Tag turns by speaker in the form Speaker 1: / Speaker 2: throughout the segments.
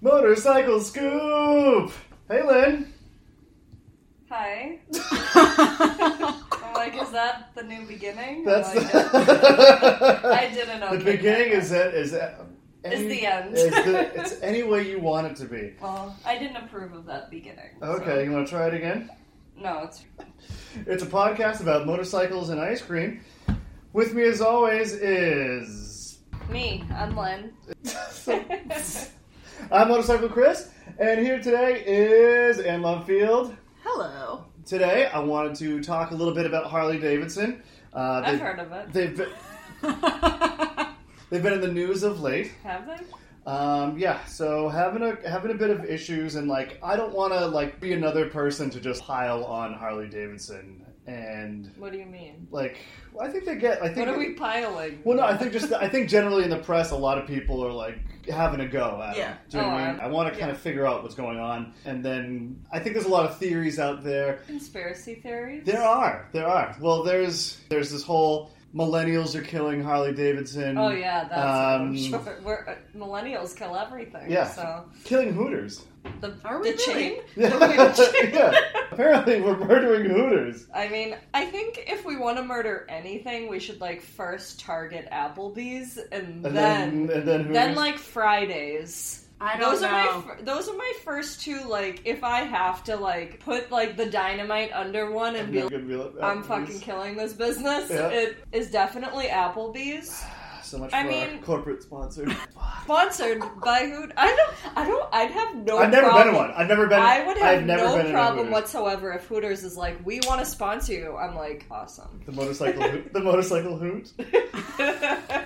Speaker 1: Motorcycle scoop. Hey, Lynn.
Speaker 2: Hi. I'm like, is that the new beginning?
Speaker 1: That's
Speaker 2: I'm like, I
Speaker 1: the,
Speaker 2: didn't know.
Speaker 1: the beginning. Is that is that?
Speaker 2: Is the end.
Speaker 1: is the- it's any way you want it to be.
Speaker 2: Well, I didn't approve of that beginning. so-
Speaker 1: Okay, you want to try it again?
Speaker 2: No, it's
Speaker 1: It's a podcast about motorcycles and ice cream. With me, as always, is
Speaker 2: me. I'm Lynn.
Speaker 1: I'm Motorcycle Chris, and here today is Ann Lovefield.
Speaker 3: Hello.
Speaker 1: Today, I wanted to talk a little bit about Harley Davidson. Uh,
Speaker 2: I've
Speaker 1: they've-
Speaker 2: heard of it.
Speaker 1: They've been, they've been in the news of late.
Speaker 2: Have they?
Speaker 1: Um, yeah, so having a having a bit of issues and like I don't want to like be another person to just pile on Harley Davidson and
Speaker 2: What do you mean?
Speaker 1: like I think they get I think
Speaker 2: What are we piling?
Speaker 1: well no I think just I think generally in the press a lot of people are like having a go at it.
Speaker 3: Yeah.
Speaker 1: Do you know what I
Speaker 2: Oh,
Speaker 1: mean? I want to kind of figure out what's going on and then I think there's a lot of theories out there
Speaker 2: Conspiracy theories?
Speaker 1: there are. There are. Well, there's there's this whole millennials are killing Harley Davidson.
Speaker 2: Oh yeah, that's
Speaker 1: Um,
Speaker 2: I'm sure. We're, uh, millennials kill everything.
Speaker 1: Yeah.
Speaker 2: So
Speaker 1: Killing Hooters.
Speaker 2: the
Speaker 3: Are we
Speaker 2: the chain.
Speaker 1: yeah. Apparently, we're murdering Hooters.
Speaker 2: I mean, I think if we want to murder anything, we should like first target Applebee's and,
Speaker 1: And
Speaker 2: then
Speaker 1: then, and then Hooters.
Speaker 2: then like Fridays.
Speaker 3: I don't
Speaker 2: Those
Speaker 3: know.
Speaker 2: are my fir- those are my first two. Like, if I have to like put like the dynamite under one and
Speaker 1: I'm
Speaker 2: be
Speaker 1: not
Speaker 2: like,
Speaker 1: gonna be like, oh,
Speaker 2: I'm
Speaker 1: Hooters.
Speaker 2: fucking killing this business,
Speaker 1: Yeah.
Speaker 2: it is definitely Applebee's
Speaker 1: So much for
Speaker 2: I
Speaker 1: our
Speaker 2: mean-
Speaker 1: corporate sponsor.
Speaker 2: sponsored by who? I don't. I don't. I'd have no.
Speaker 1: I've never
Speaker 2: problem.
Speaker 1: been to one. I've never been.
Speaker 2: I would have
Speaker 1: I've never
Speaker 2: no
Speaker 1: been in a
Speaker 2: problem
Speaker 1: Hooters.
Speaker 2: whatsoever if Hooters is like, we want to sponsor you. I'm like, awesome.
Speaker 1: The motorcycle. hoot, the motorcycle hoot.
Speaker 2: it's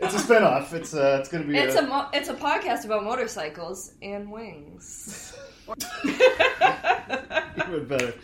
Speaker 1: It's a spinoff. It's uh, it's gonna be.
Speaker 2: a mo- it's a podcast about motorcycles and wings.
Speaker 1: Even better.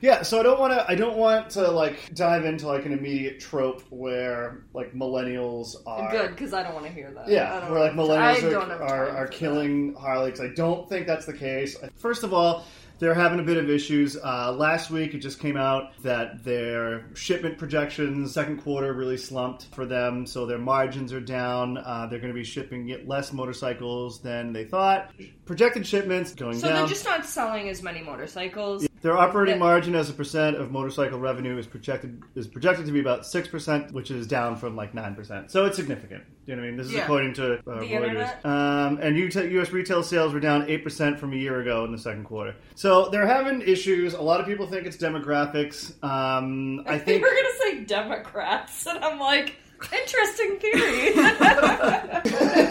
Speaker 1: Yeah, so I don't want to. I don't want to like dive into like an immediate trope where like millennials are
Speaker 2: Good, because I don't want to hear that. I
Speaker 1: Yeah,
Speaker 2: don't
Speaker 1: where like
Speaker 2: wanna- I
Speaker 1: millennials
Speaker 2: don't have
Speaker 1: are, are,
Speaker 2: time
Speaker 1: are
Speaker 2: for
Speaker 1: killing Harley because I don't think that's the case. First of all, they're having a bit of issues. Uh, last week, it just came out that their shipment projections second quarter really slumped for them, so their margins are down. Uh, they're going to be shipping yet less motorcycles than they thought. Projected shipments going
Speaker 2: that. So
Speaker 1: down.
Speaker 2: they're just not selling as many motorcycles.
Speaker 1: Their operating
Speaker 2: Yeah.
Speaker 1: margin as a percent of motorcycle revenue is projected is projected to be about six percent, which is down from like nine percent. So it's significant. You know what I mean? This is
Speaker 3: Yeah.
Speaker 1: according to uh, Reuters.
Speaker 2: internet?
Speaker 1: Um, and U- U.S. retail sales were down eight percent from a year ago in the second quarter. So they're having issues. A lot of people think it's demographics. Um, I think
Speaker 2: we're gonna say Democrats, and I'm like, interesting theory.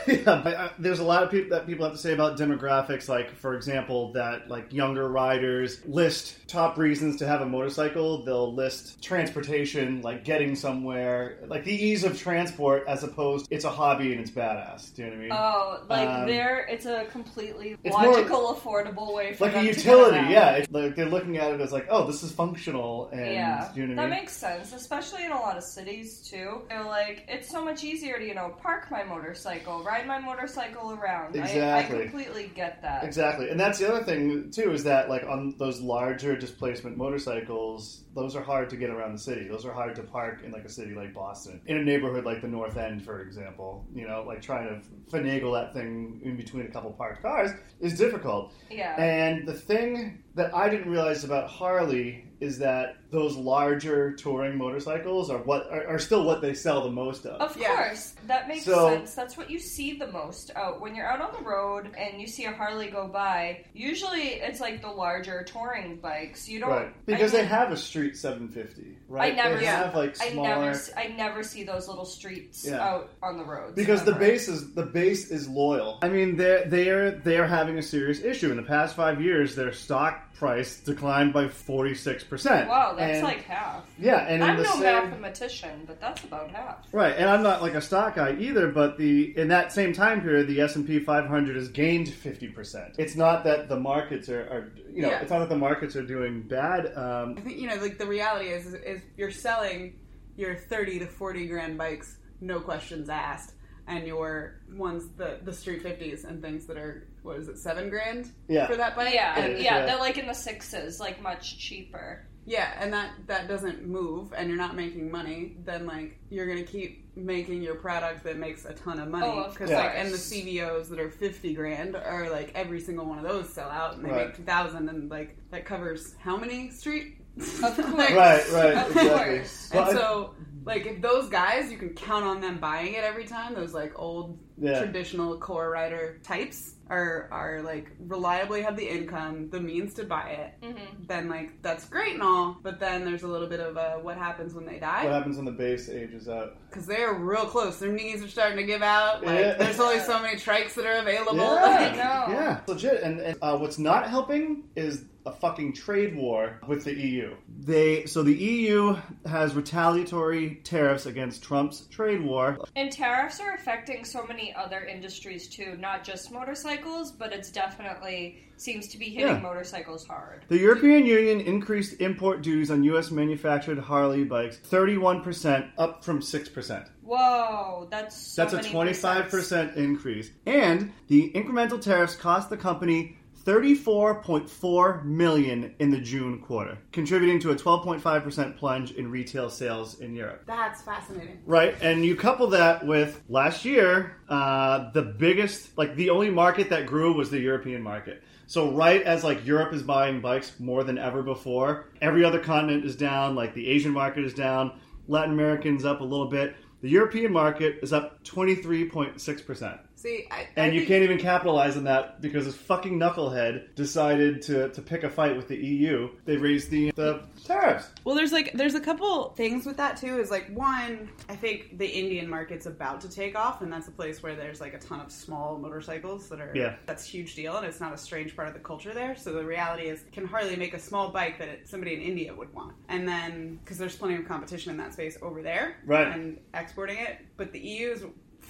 Speaker 1: yeah, but, uh, there's a lot of people that people have to say about demographics. Like, for example, that like younger riders list top reasons to have a motorcycle. They'll list transportation, like getting somewhere, like the ease of transport, as opposed it's a hobby and it's badass. Do you know what I mean?
Speaker 2: oh, like
Speaker 1: Um,
Speaker 2: there, it's a completely
Speaker 1: it's more-
Speaker 2: logical, affordable way for
Speaker 1: like a
Speaker 2: them to get
Speaker 1: utility,
Speaker 2: around.
Speaker 1: yeah. It's like they're looking at it as like, oh, this is functional, and
Speaker 2: yeah,
Speaker 1: do you know what I
Speaker 2: that
Speaker 1: mean?
Speaker 2: makes sense, especially in a lot of cities too. They're like, it's so much easier to you know park my motorcycle, ride my motorcycle around. I, I
Speaker 1: Exactly.
Speaker 2: completely get that.
Speaker 1: Exactly, and that's the other thing too is that like on those larger displacement motorcycles, those are hard to get around the city. Those are hard to park in like a city like Boston, in a neighborhood like the North End, for example. You know, like trying to finagle that thing in between a couple parked cars is difficult.
Speaker 2: Yeah,
Speaker 1: And the thing that I didn't realize about Harley is that those larger touring motorcycles are what are, are still what they sell the most of.
Speaker 2: of
Speaker 3: Yeah.
Speaker 2: course, that makes
Speaker 1: So-
Speaker 2: sense. That's what you see the most out when you're out on the road and you see a Harley go by. Usually, it's like the larger touring bikes. You don't
Speaker 1: Right, because
Speaker 2: I
Speaker 1: they have a street 750, right?
Speaker 2: I never
Speaker 1: they
Speaker 2: s-
Speaker 1: have like
Speaker 2: I
Speaker 1: smaller.
Speaker 2: never, s- I never see those little streets
Speaker 1: Yeah.
Speaker 2: out on the roads
Speaker 1: because the
Speaker 2: ever.
Speaker 1: base is the base is loyal. I mean, they're they're they're having a serious issue. In the past five years, their stock price declined by forty six percent.
Speaker 2: Wow, that's
Speaker 1: And-
Speaker 2: like half.
Speaker 1: yeah, and in
Speaker 2: I'm
Speaker 1: the
Speaker 2: no
Speaker 1: same,
Speaker 2: mathematician, but that's about half.
Speaker 1: Right, and I'm not like a stock guy either, but the in that same time period, the S and P 500 has gained 50. percent It's not that the markets are, are you know,
Speaker 3: Yeah.
Speaker 1: it's not that the markets are doing bad. Um,
Speaker 3: I think you know, like the reality is, is, is you're selling your thirty to forty grand bikes, no questions asked, and your ones the the street fifties and things that are what is it seven grand
Speaker 1: yeah,
Speaker 3: for that bike?
Speaker 2: Uh, yeah,
Speaker 1: It
Speaker 2: yeah,
Speaker 1: is, yeah.
Speaker 2: they're like in the sixes, like much cheaper.
Speaker 3: yeah, and that that doesn't move, and you're not making money, then like you're gonna keep making your product that makes a ton of money
Speaker 2: Oh, of
Speaker 3: because
Speaker 1: course.
Speaker 3: like and the CVOs that are fifty grand are like every single one of those sell out and they
Speaker 1: Right.
Speaker 3: make two thousand and like that covers how many street
Speaker 2: Of course.
Speaker 1: Right, right,
Speaker 2: Of
Speaker 1: exactly.
Speaker 2: course.
Speaker 1: Well,
Speaker 3: and
Speaker 1: I-
Speaker 3: so like if those guys you can count on them buying it every time those like old
Speaker 1: Yeah.
Speaker 3: traditional core rider types are are like reliably have the income the means to buy it
Speaker 2: Mm-hmm.
Speaker 3: then like that's great and all but then there's a little bit of uh, what happens when they
Speaker 1: what
Speaker 3: die
Speaker 1: happens when the base ages out?
Speaker 3: because they're real close their knees are starting to give out like
Speaker 1: Yeah.
Speaker 3: there's only so many trikes that are available
Speaker 2: I
Speaker 3: Like,
Speaker 2: know.
Speaker 1: yeah, legit. And, and uh, what's not helping is a fucking trade war with the EU. They so the EU has retaliatory tariffs against Trump's trade war.
Speaker 2: And tariffs are affecting so many other industries too, not just motorcycles, but it's definitely seems to be hitting
Speaker 1: Yeah.
Speaker 2: motorcycles hard.
Speaker 1: The European Union increased import duties on U.S. manufactured Harley bikes 31%, up from 6%.
Speaker 2: Whoa, that's so
Speaker 1: That's a
Speaker 2: many
Speaker 1: 25%
Speaker 2: percents.
Speaker 1: increase. And the incremental tariffs cost the company 34.4 million in the June quarter, contributing to a 12.5% plunge in retail sales in Europe.
Speaker 3: that's fascinating
Speaker 1: Right, and you couple that with last year, uh, the biggest, like the only market that grew was the European market. So right as like Europe is buying bikes more than ever before, every other continent is down. Like the Asian market is down, Latin Americans up a little bit. The European market is up twenty three point six percent,
Speaker 3: see I, I
Speaker 1: and you
Speaker 3: think-
Speaker 1: can't even capitalize on that because this fucking knucklehead decided to, to pick a fight with the EU. They raised the the tariffs.
Speaker 3: Well, there's like there's a couple things with that too. Is like one, I think the Indian market's about to take off, and that's a place where there's like a ton of small motorcycles that are
Speaker 1: Yeah.
Speaker 3: that's a huge deal, and it's not a strange part of the culture there. So the reality is, can hardly make a small bike that it, somebody in India would want, and then because there's plenty of competition in that space over there,
Speaker 1: Right.
Speaker 3: And exporting it, but the EU is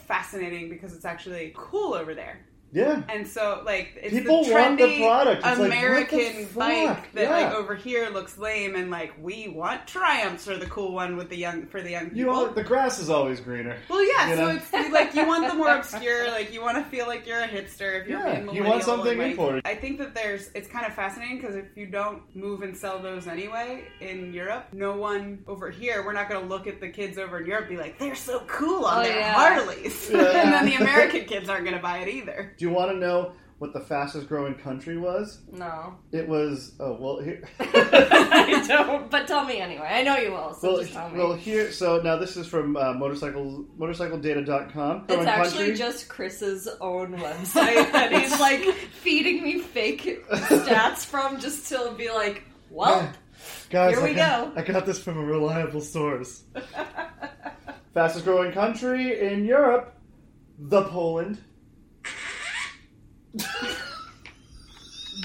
Speaker 3: fascinating because it's actually cool over there.
Speaker 1: Yeah,
Speaker 3: And so, like, it's
Speaker 1: People
Speaker 3: the trendy
Speaker 1: want the product. It's like, what the
Speaker 3: American
Speaker 1: fuck?
Speaker 3: bike that, like,
Speaker 1: Yeah.
Speaker 3: over here looks lame, and like, we want Triumphs are the cool one with the young for the young people.
Speaker 1: you know, the grass is always greener.
Speaker 3: well, yeah.
Speaker 1: you
Speaker 3: so
Speaker 1: know?
Speaker 3: it's like you want the more obscure. Like you want to feel like you're a hipster if you're
Speaker 1: Yeah,
Speaker 3: being
Speaker 1: you want
Speaker 3: millennial and,
Speaker 1: something
Speaker 3: like,
Speaker 1: imported.
Speaker 3: I think that there's. It's kind of fascinating because if you don't move and sell those anyway in Europe, no one over here. We're not going to look at the kids over in Europe and be like, they're so cool on
Speaker 2: Oh,
Speaker 3: their
Speaker 2: yeah.
Speaker 3: Harleys,
Speaker 1: Yeah.
Speaker 3: and then the American kids aren't going to buy it either.
Speaker 1: Do you want to know what the fastest growing country was?
Speaker 2: No,
Speaker 1: It was oh well here.
Speaker 2: I don't. But tell me anyway. I know you will. So
Speaker 1: well,
Speaker 2: just tell me.
Speaker 1: well here. So now this is from uh, motorcycle motorcycledata.com.
Speaker 2: it's
Speaker 1: Growing
Speaker 2: actually
Speaker 1: country.
Speaker 2: just Chris's own website that he's like feeding me fake stats from just to be like, well,
Speaker 1: guys.
Speaker 2: here
Speaker 1: I
Speaker 2: we
Speaker 1: got,
Speaker 2: go.
Speaker 1: I got this from a reliable source. fastest growing country in Europe, the Poland.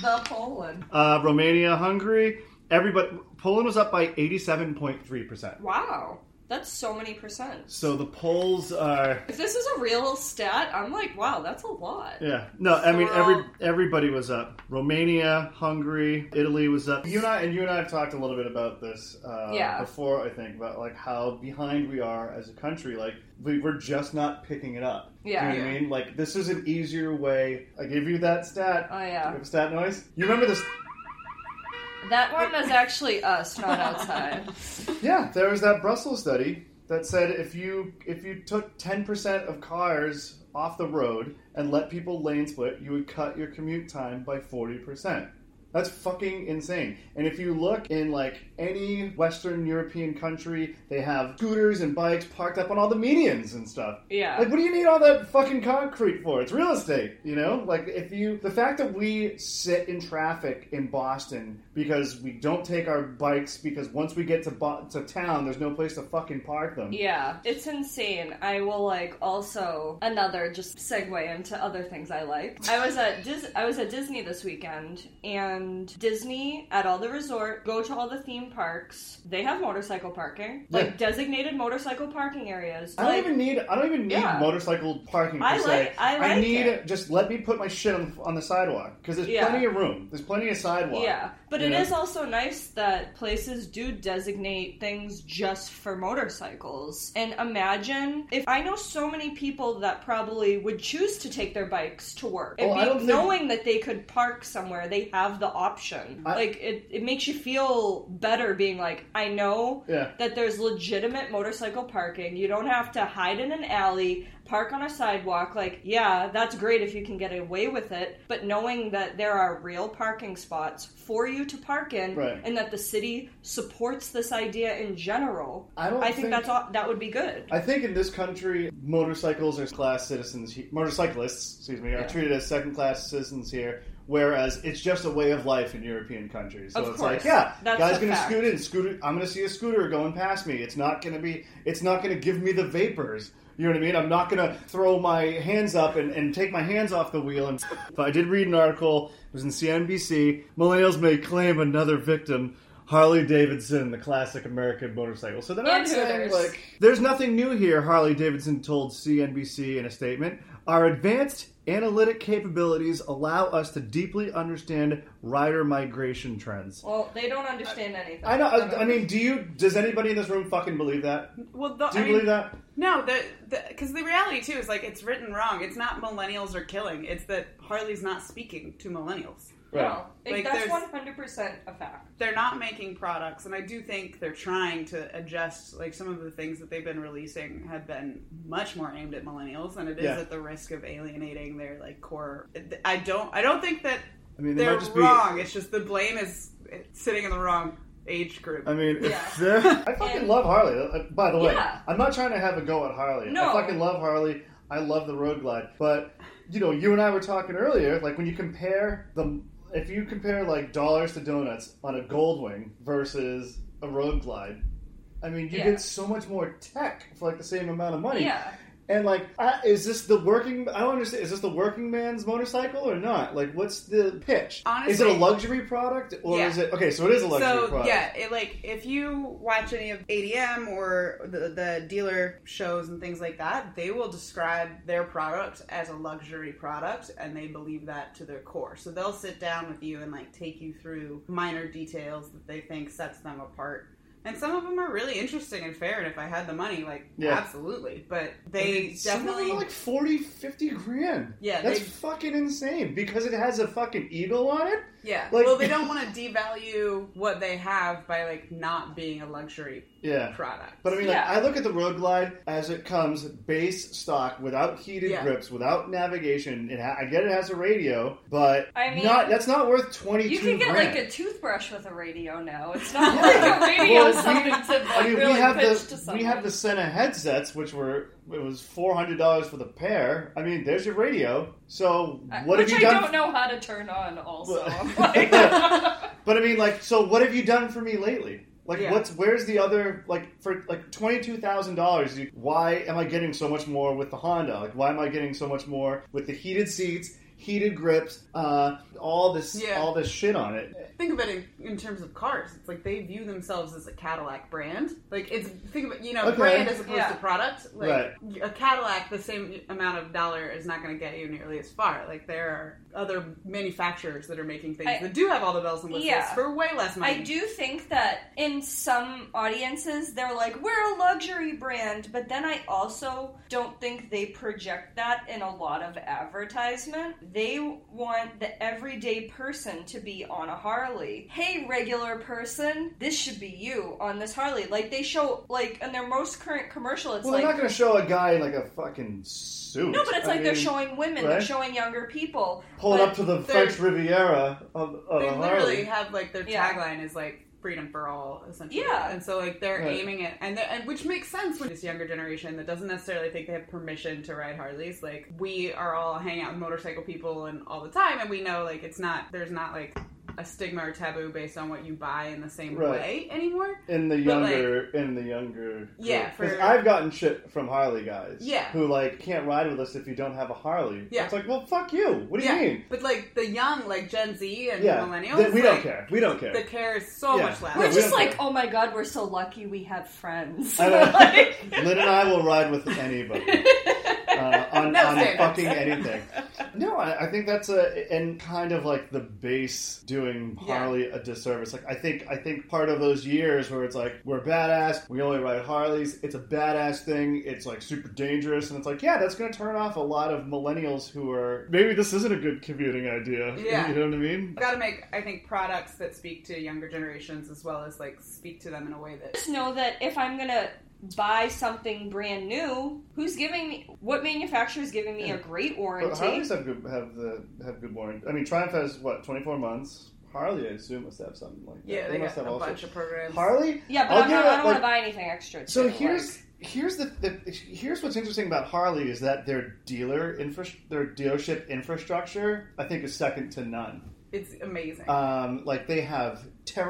Speaker 2: the Poland.
Speaker 1: Uh, Romania, Hungary. Everybody. Poland was up by eighty-seven point three percent.
Speaker 2: Wow, that's so many percent.
Speaker 1: So the Poles are.
Speaker 2: If this is a real stat, I'm like, wow, that's a lot.
Speaker 1: Yeah. No, I mean
Speaker 2: So-
Speaker 1: every everybody was up. Romania, Hungary, Italy was up. You and I and you and I have talked a little bit about this uh,
Speaker 2: Yeah.
Speaker 1: before, I think, about like how behind we are as a country. Like we, we're just not picking it up.
Speaker 2: Yeah.
Speaker 1: You know what
Speaker 3: Yeah.
Speaker 1: I mean? Like this is an easier way. I gave you that stat.
Speaker 2: Oh
Speaker 1: You
Speaker 2: yeah,
Speaker 1: have a stat noise? You remember this?
Speaker 2: that one is actually us, not outside.
Speaker 1: Yeah, there was that Brussels study that said if you if you took ten percent of cars off the road and let people lane split, you would cut your commute time by forty percent. That's fucking insane. And if you look in like any Western European country, they have scooters and bikes parked up on all the medians and stuff.
Speaker 2: Yeah,
Speaker 1: Like, what do you need all that fucking concrete for? It's real estate, you know? Like, if you. The fact that we sit in traffic in Boston because we don't take our bikes because once we get to, Bo- to town, there's no place to fucking park them.
Speaker 2: yeah, it's insane. I will like also another just segue into other things I like. I was at Dis- I was at Disney this weekend, and Disney at all the resort go to all the theme parks. They have motorcycle parking, like
Speaker 1: Yeah.
Speaker 2: designated motorcycle parking areas.
Speaker 1: I don't
Speaker 2: like,
Speaker 1: even need. I don't even need
Speaker 2: Yeah.
Speaker 1: motorcycle parking. Per
Speaker 2: I
Speaker 1: se.
Speaker 2: like- I like
Speaker 1: need
Speaker 2: it.
Speaker 1: just let me put my shit on, on the sidewalk because there's
Speaker 2: Yeah.
Speaker 1: plenty of room. There's plenty of sidewalk.
Speaker 2: Yeah, but
Speaker 1: you
Speaker 2: it is
Speaker 1: know?
Speaker 2: also nice that places do designate things just for motorcycles. And imagine if I know so many people that probably would choose to take their bikes to work, and
Speaker 1: Well, Oh, I
Speaker 2: be-
Speaker 1: don't think-
Speaker 2: knowing that they could park somewhere, they have the option.
Speaker 1: I-
Speaker 2: like it, it makes you feel better being like, I know
Speaker 1: Yeah.
Speaker 2: that there's legitimate motorcycle parking. You don't have to hide in an alley, park on a sidewalk. Like, yeah, that's great if you can get away with it, but knowing that there are real parking spots for you to park in
Speaker 1: Right.
Speaker 2: and that the city supports this idea in general.
Speaker 1: I don't
Speaker 2: I think,
Speaker 1: think-
Speaker 2: that's all, that would be good.
Speaker 1: I think in this country, motorcycles are class citizens. he- Motorcyclists, excuse me, are
Speaker 2: Yeah.
Speaker 1: treated as second class citizens here. Whereas it's just a way of life in European countries. So
Speaker 2: Of
Speaker 1: it's like,
Speaker 2: course.
Speaker 1: yeah,
Speaker 2: That's
Speaker 1: guy's
Speaker 2: a
Speaker 1: gonna
Speaker 2: fact.
Speaker 1: scoot in, scooter. I'm gonna see a scooter going past me. It's not gonna be. It's not gonna give me the vapors. You know what I mean? I'm not gonna throw my hands up and, and take my hands off the wheel. And but I did read an article. It was in CNBC. Millennials may claim another victim. Harley Davidson, the classic American motorcycle. So they're not
Speaker 2: And
Speaker 1: saying
Speaker 2: hooters.
Speaker 1: like there's nothing new here, Harley Davidson told CNBC in a statement. Our advanced analytic capabilities allow us to deeply understand rider migration trends.
Speaker 2: Well, they don't understand anything.
Speaker 1: I know. I, I mean, do you? Does anybody in this room fucking believe that?
Speaker 3: Well, the,
Speaker 1: Do
Speaker 3: I
Speaker 1: you
Speaker 3: mean,
Speaker 1: believe that?
Speaker 3: No, the because the, reality too is like it's written wrong. It's not millennials are killing. It's that Harley's not speaking to millennials.
Speaker 2: No, it-
Speaker 3: Like,
Speaker 2: that's
Speaker 3: there's-
Speaker 2: one hundred percent a fact.
Speaker 3: They're not making products, and I do think they're trying to adjust. Like some of the things that they've been releasing have been much more aimed at millennials, and it is
Speaker 1: Yeah.
Speaker 3: at the risk of alienating their like core. I don't. I don't think that
Speaker 1: I mean, they
Speaker 3: they're
Speaker 1: might just
Speaker 3: wrong. It's just the blame is sitting in the wrong age group.
Speaker 1: be. I mean,
Speaker 2: Yeah.
Speaker 1: if they're, I fucking
Speaker 2: And-
Speaker 1: love Harley. Uh, By the way,
Speaker 2: Yeah.
Speaker 1: I'm not trying to have a go at Harley. I
Speaker 2: No.
Speaker 1: fucking love Harley. I love the Road Glide. But you know, you and I were talking earlier. Like when you compare the, if you compare like dollars to donuts on a Goldwing versus a Road Glide, I mean, you
Speaker 2: Yeah.
Speaker 1: get so much more tech for like the same amount of money.
Speaker 2: Yeah,
Speaker 1: And like, I, is this the working? I don't understand. Is this the working man's motorcycle or not? Like, what's the pitch? is it
Speaker 3: Honestly-
Speaker 1: a luxury product or
Speaker 3: Yeah.
Speaker 1: is it okay? So it is a luxury
Speaker 3: so
Speaker 1: product.
Speaker 3: yeah it, like if you watch any of adm or the, the dealer shows and things like that they will describe their product as a luxury product and they believe that to their core so they'll sit down with you and like take you through minor details that they think sets them apart and some of them are really interesting and fair and if i had the money like
Speaker 1: Yeah.
Speaker 3: absolutely but they
Speaker 1: I mean, some of them
Speaker 3: definitely
Speaker 1: are like 40, 50 grand.
Speaker 3: Yeah,
Speaker 1: that's
Speaker 3: they-
Speaker 1: fucking insane because it has a fucking eagle on it.
Speaker 3: yeah
Speaker 1: like-
Speaker 3: well they don't want to devalue what they have by like not being a luxury
Speaker 1: Yeah.
Speaker 3: product
Speaker 1: But I mean,
Speaker 2: Yeah.
Speaker 1: like, I look at the Road Glide as it comes base stock without heated
Speaker 3: Yeah.
Speaker 1: grips, without navigation. It ha- I get it has a radio, but
Speaker 2: I mean-
Speaker 1: not that's not worth twenty two.
Speaker 2: you can get
Speaker 1: grand.
Speaker 2: like a toothbrush with a radio now. It's not like a radio
Speaker 1: Well, we-
Speaker 2: something to like,
Speaker 1: I mean,
Speaker 2: really
Speaker 1: we have
Speaker 2: pitch
Speaker 1: the
Speaker 2: to someone.
Speaker 1: we have the Senna headsets, which were it was four hundred dollars for the pair. I mean, there's your radio. So
Speaker 2: Uh,
Speaker 1: what
Speaker 2: Which
Speaker 1: have you
Speaker 2: I
Speaker 1: done?
Speaker 2: don't know how to turn on. Also,
Speaker 1: Well-
Speaker 2: I'm like,
Speaker 1: But I mean, like, so what have you done for me lately? Like,
Speaker 3: Yeah.
Speaker 1: what's where's the other like for like twenty two thousand dollars? Why am I getting so much more with the Honda? Like, why am I getting so much more with the heated seats, heated grips, uh, all this
Speaker 3: Yeah.
Speaker 1: all this shit on it?
Speaker 3: think of it in, in terms of cars. It's like they view themselves as a Cadillac brand. Like it's think of it, you know,
Speaker 1: Okay.
Speaker 3: brand as opposed
Speaker 2: Yeah.
Speaker 3: to product. Like a Cadillac, the same amount of dollar is not going to get you nearly as far. Like there are other manufacturers that are making things
Speaker 2: I-
Speaker 3: that do have all the bells and whistles
Speaker 2: Yeah.
Speaker 3: for way less money.
Speaker 2: I do think that in some audiences they're like, we're a luxury brand, but then I also don't think they project that in a lot of advertisement. They want the everyday person to be on a Harley. Hey, regular person, this should be you on this Harley. Like they show, like in their most current commercial, it's
Speaker 1: well,
Speaker 2: like
Speaker 1: they're not going to show a guy in like a fucking suit.
Speaker 2: no, but it's
Speaker 1: I
Speaker 2: like they're
Speaker 1: mean,
Speaker 2: showing women,
Speaker 1: right?
Speaker 2: they're showing younger people.
Speaker 1: pulling
Speaker 2: but
Speaker 1: up to the
Speaker 3: they're-
Speaker 1: French Riviera of, of
Speaker 3: They
Speaker 1: a Harley.
Speaker 3: literally have like their
Speaker 2: Yeah.
Speaker 3: tagline is like freedom for all essentially
Speaker 2: Yeah.
Speaker 3: and so like they're
Speaker 1: Right.
Speaker 3: aiming at and, they're- and which makes sense for this younger generation that doesn't necessarily think they have permission to ride harleys like we are all hanging out with motorcycle people and all the time and we know like it's not there's not like a stigma or taboo based on what you buy in the same
Speaker 1: Right.
Speaker 3: way anymore
Speaker 1: in the
Speaker 3: But, like-
Speaker 1: younger in the younger
Speaker 3: Yeah,
Speaker 1: group. 'Cause
Speaker 3: for-
Speaker 1: I've gotten shit from Harley guys
Speaker 3: Yeah.
Speaker 1: who like can't ride with us if you don't have a Harley
Speaker 3: Yeah.
Speaker 1: it's like well fuck you what do
Speaker 3: Yeah.
Speaker 1: you mean
Speaker 3: but like the young like gen z and
Speaker 1: yeah
Speaker 3: millennials
Speaker 1: Th- we don't
Speaker 3: like,
Speaker 1: care we don't care
Speaker 3: the care is so
Speaker 1: Yeah.
Speaker 3: much less
Speaker 1: Yeah,
Speaker 2: We're
Speaker 1: we
Speaker 2: just
Speaker 1: don't
Speaker 2: like,
Speaker 1: care.
Speaker 2: oh my god, we're so lucky we have friends.
Speaker 1: I know.
Speaker 2: Like-
Speaker 1: Lynn and I will ride with anybody uh, on,
Speaker 3: No
Speaker 1: on
Speaker 3: standards.
Speaker 1: fucking anything. No, I, I think that's a and kind of like the base doing
Speaker 3: Yeah.
Speaker 1: Harley a disservice. Like I think I think part of those years where it's like we're badass, we only ride Harleys. It's a badass thing. It's like super dangerous, and it's like yeah, that's going to turn off a lot of millennials who are maybe this isn't a good commuting idea.
Speaker 3: Yeah.
Speaker 1: you know what I mean.
Speaker 3: Got to make, I think, products that speak to younger generations as well as like speak to them in a way that.
Speaker 2: just know that if I'm gonna buy something brand new, who's giving me what manufacturer's giving me a great
Speaker 1: But
Speaker 2: warranty?
Speaker 1: Harleys have good have the have good warranty. I mean, Triumph has what twenty four months. Harley, I assume, must have something like that.
Speaker 3: Yeah, they
Speaker 1: must
Speaker 3: got
Speaker 1: have
Speaker 3: a
Speaker 1: all
Speaker 3: bunch
Speaker 1: sorts-
Speaker 3: of programs.
Speaker 1: Harley.
Speaker 2: Yeah, but
Speaker 1: I'll
Speaker 2: I'm
Speaker 1: give
Speaker 2: not,
Speaker 1: it,
Speaker 2: I don't want
Speaker 1: like-
Speaker 2: to buy anything extra.
Speaker 1: So
Speaker 2: too,
Speaker 1: here's here's the, the here's what's interesting about Harley is that their dealer infra their dealership infrastructure I think is second to none.
Speaker 3: It's amazing.
Speaker 1: Um, like they have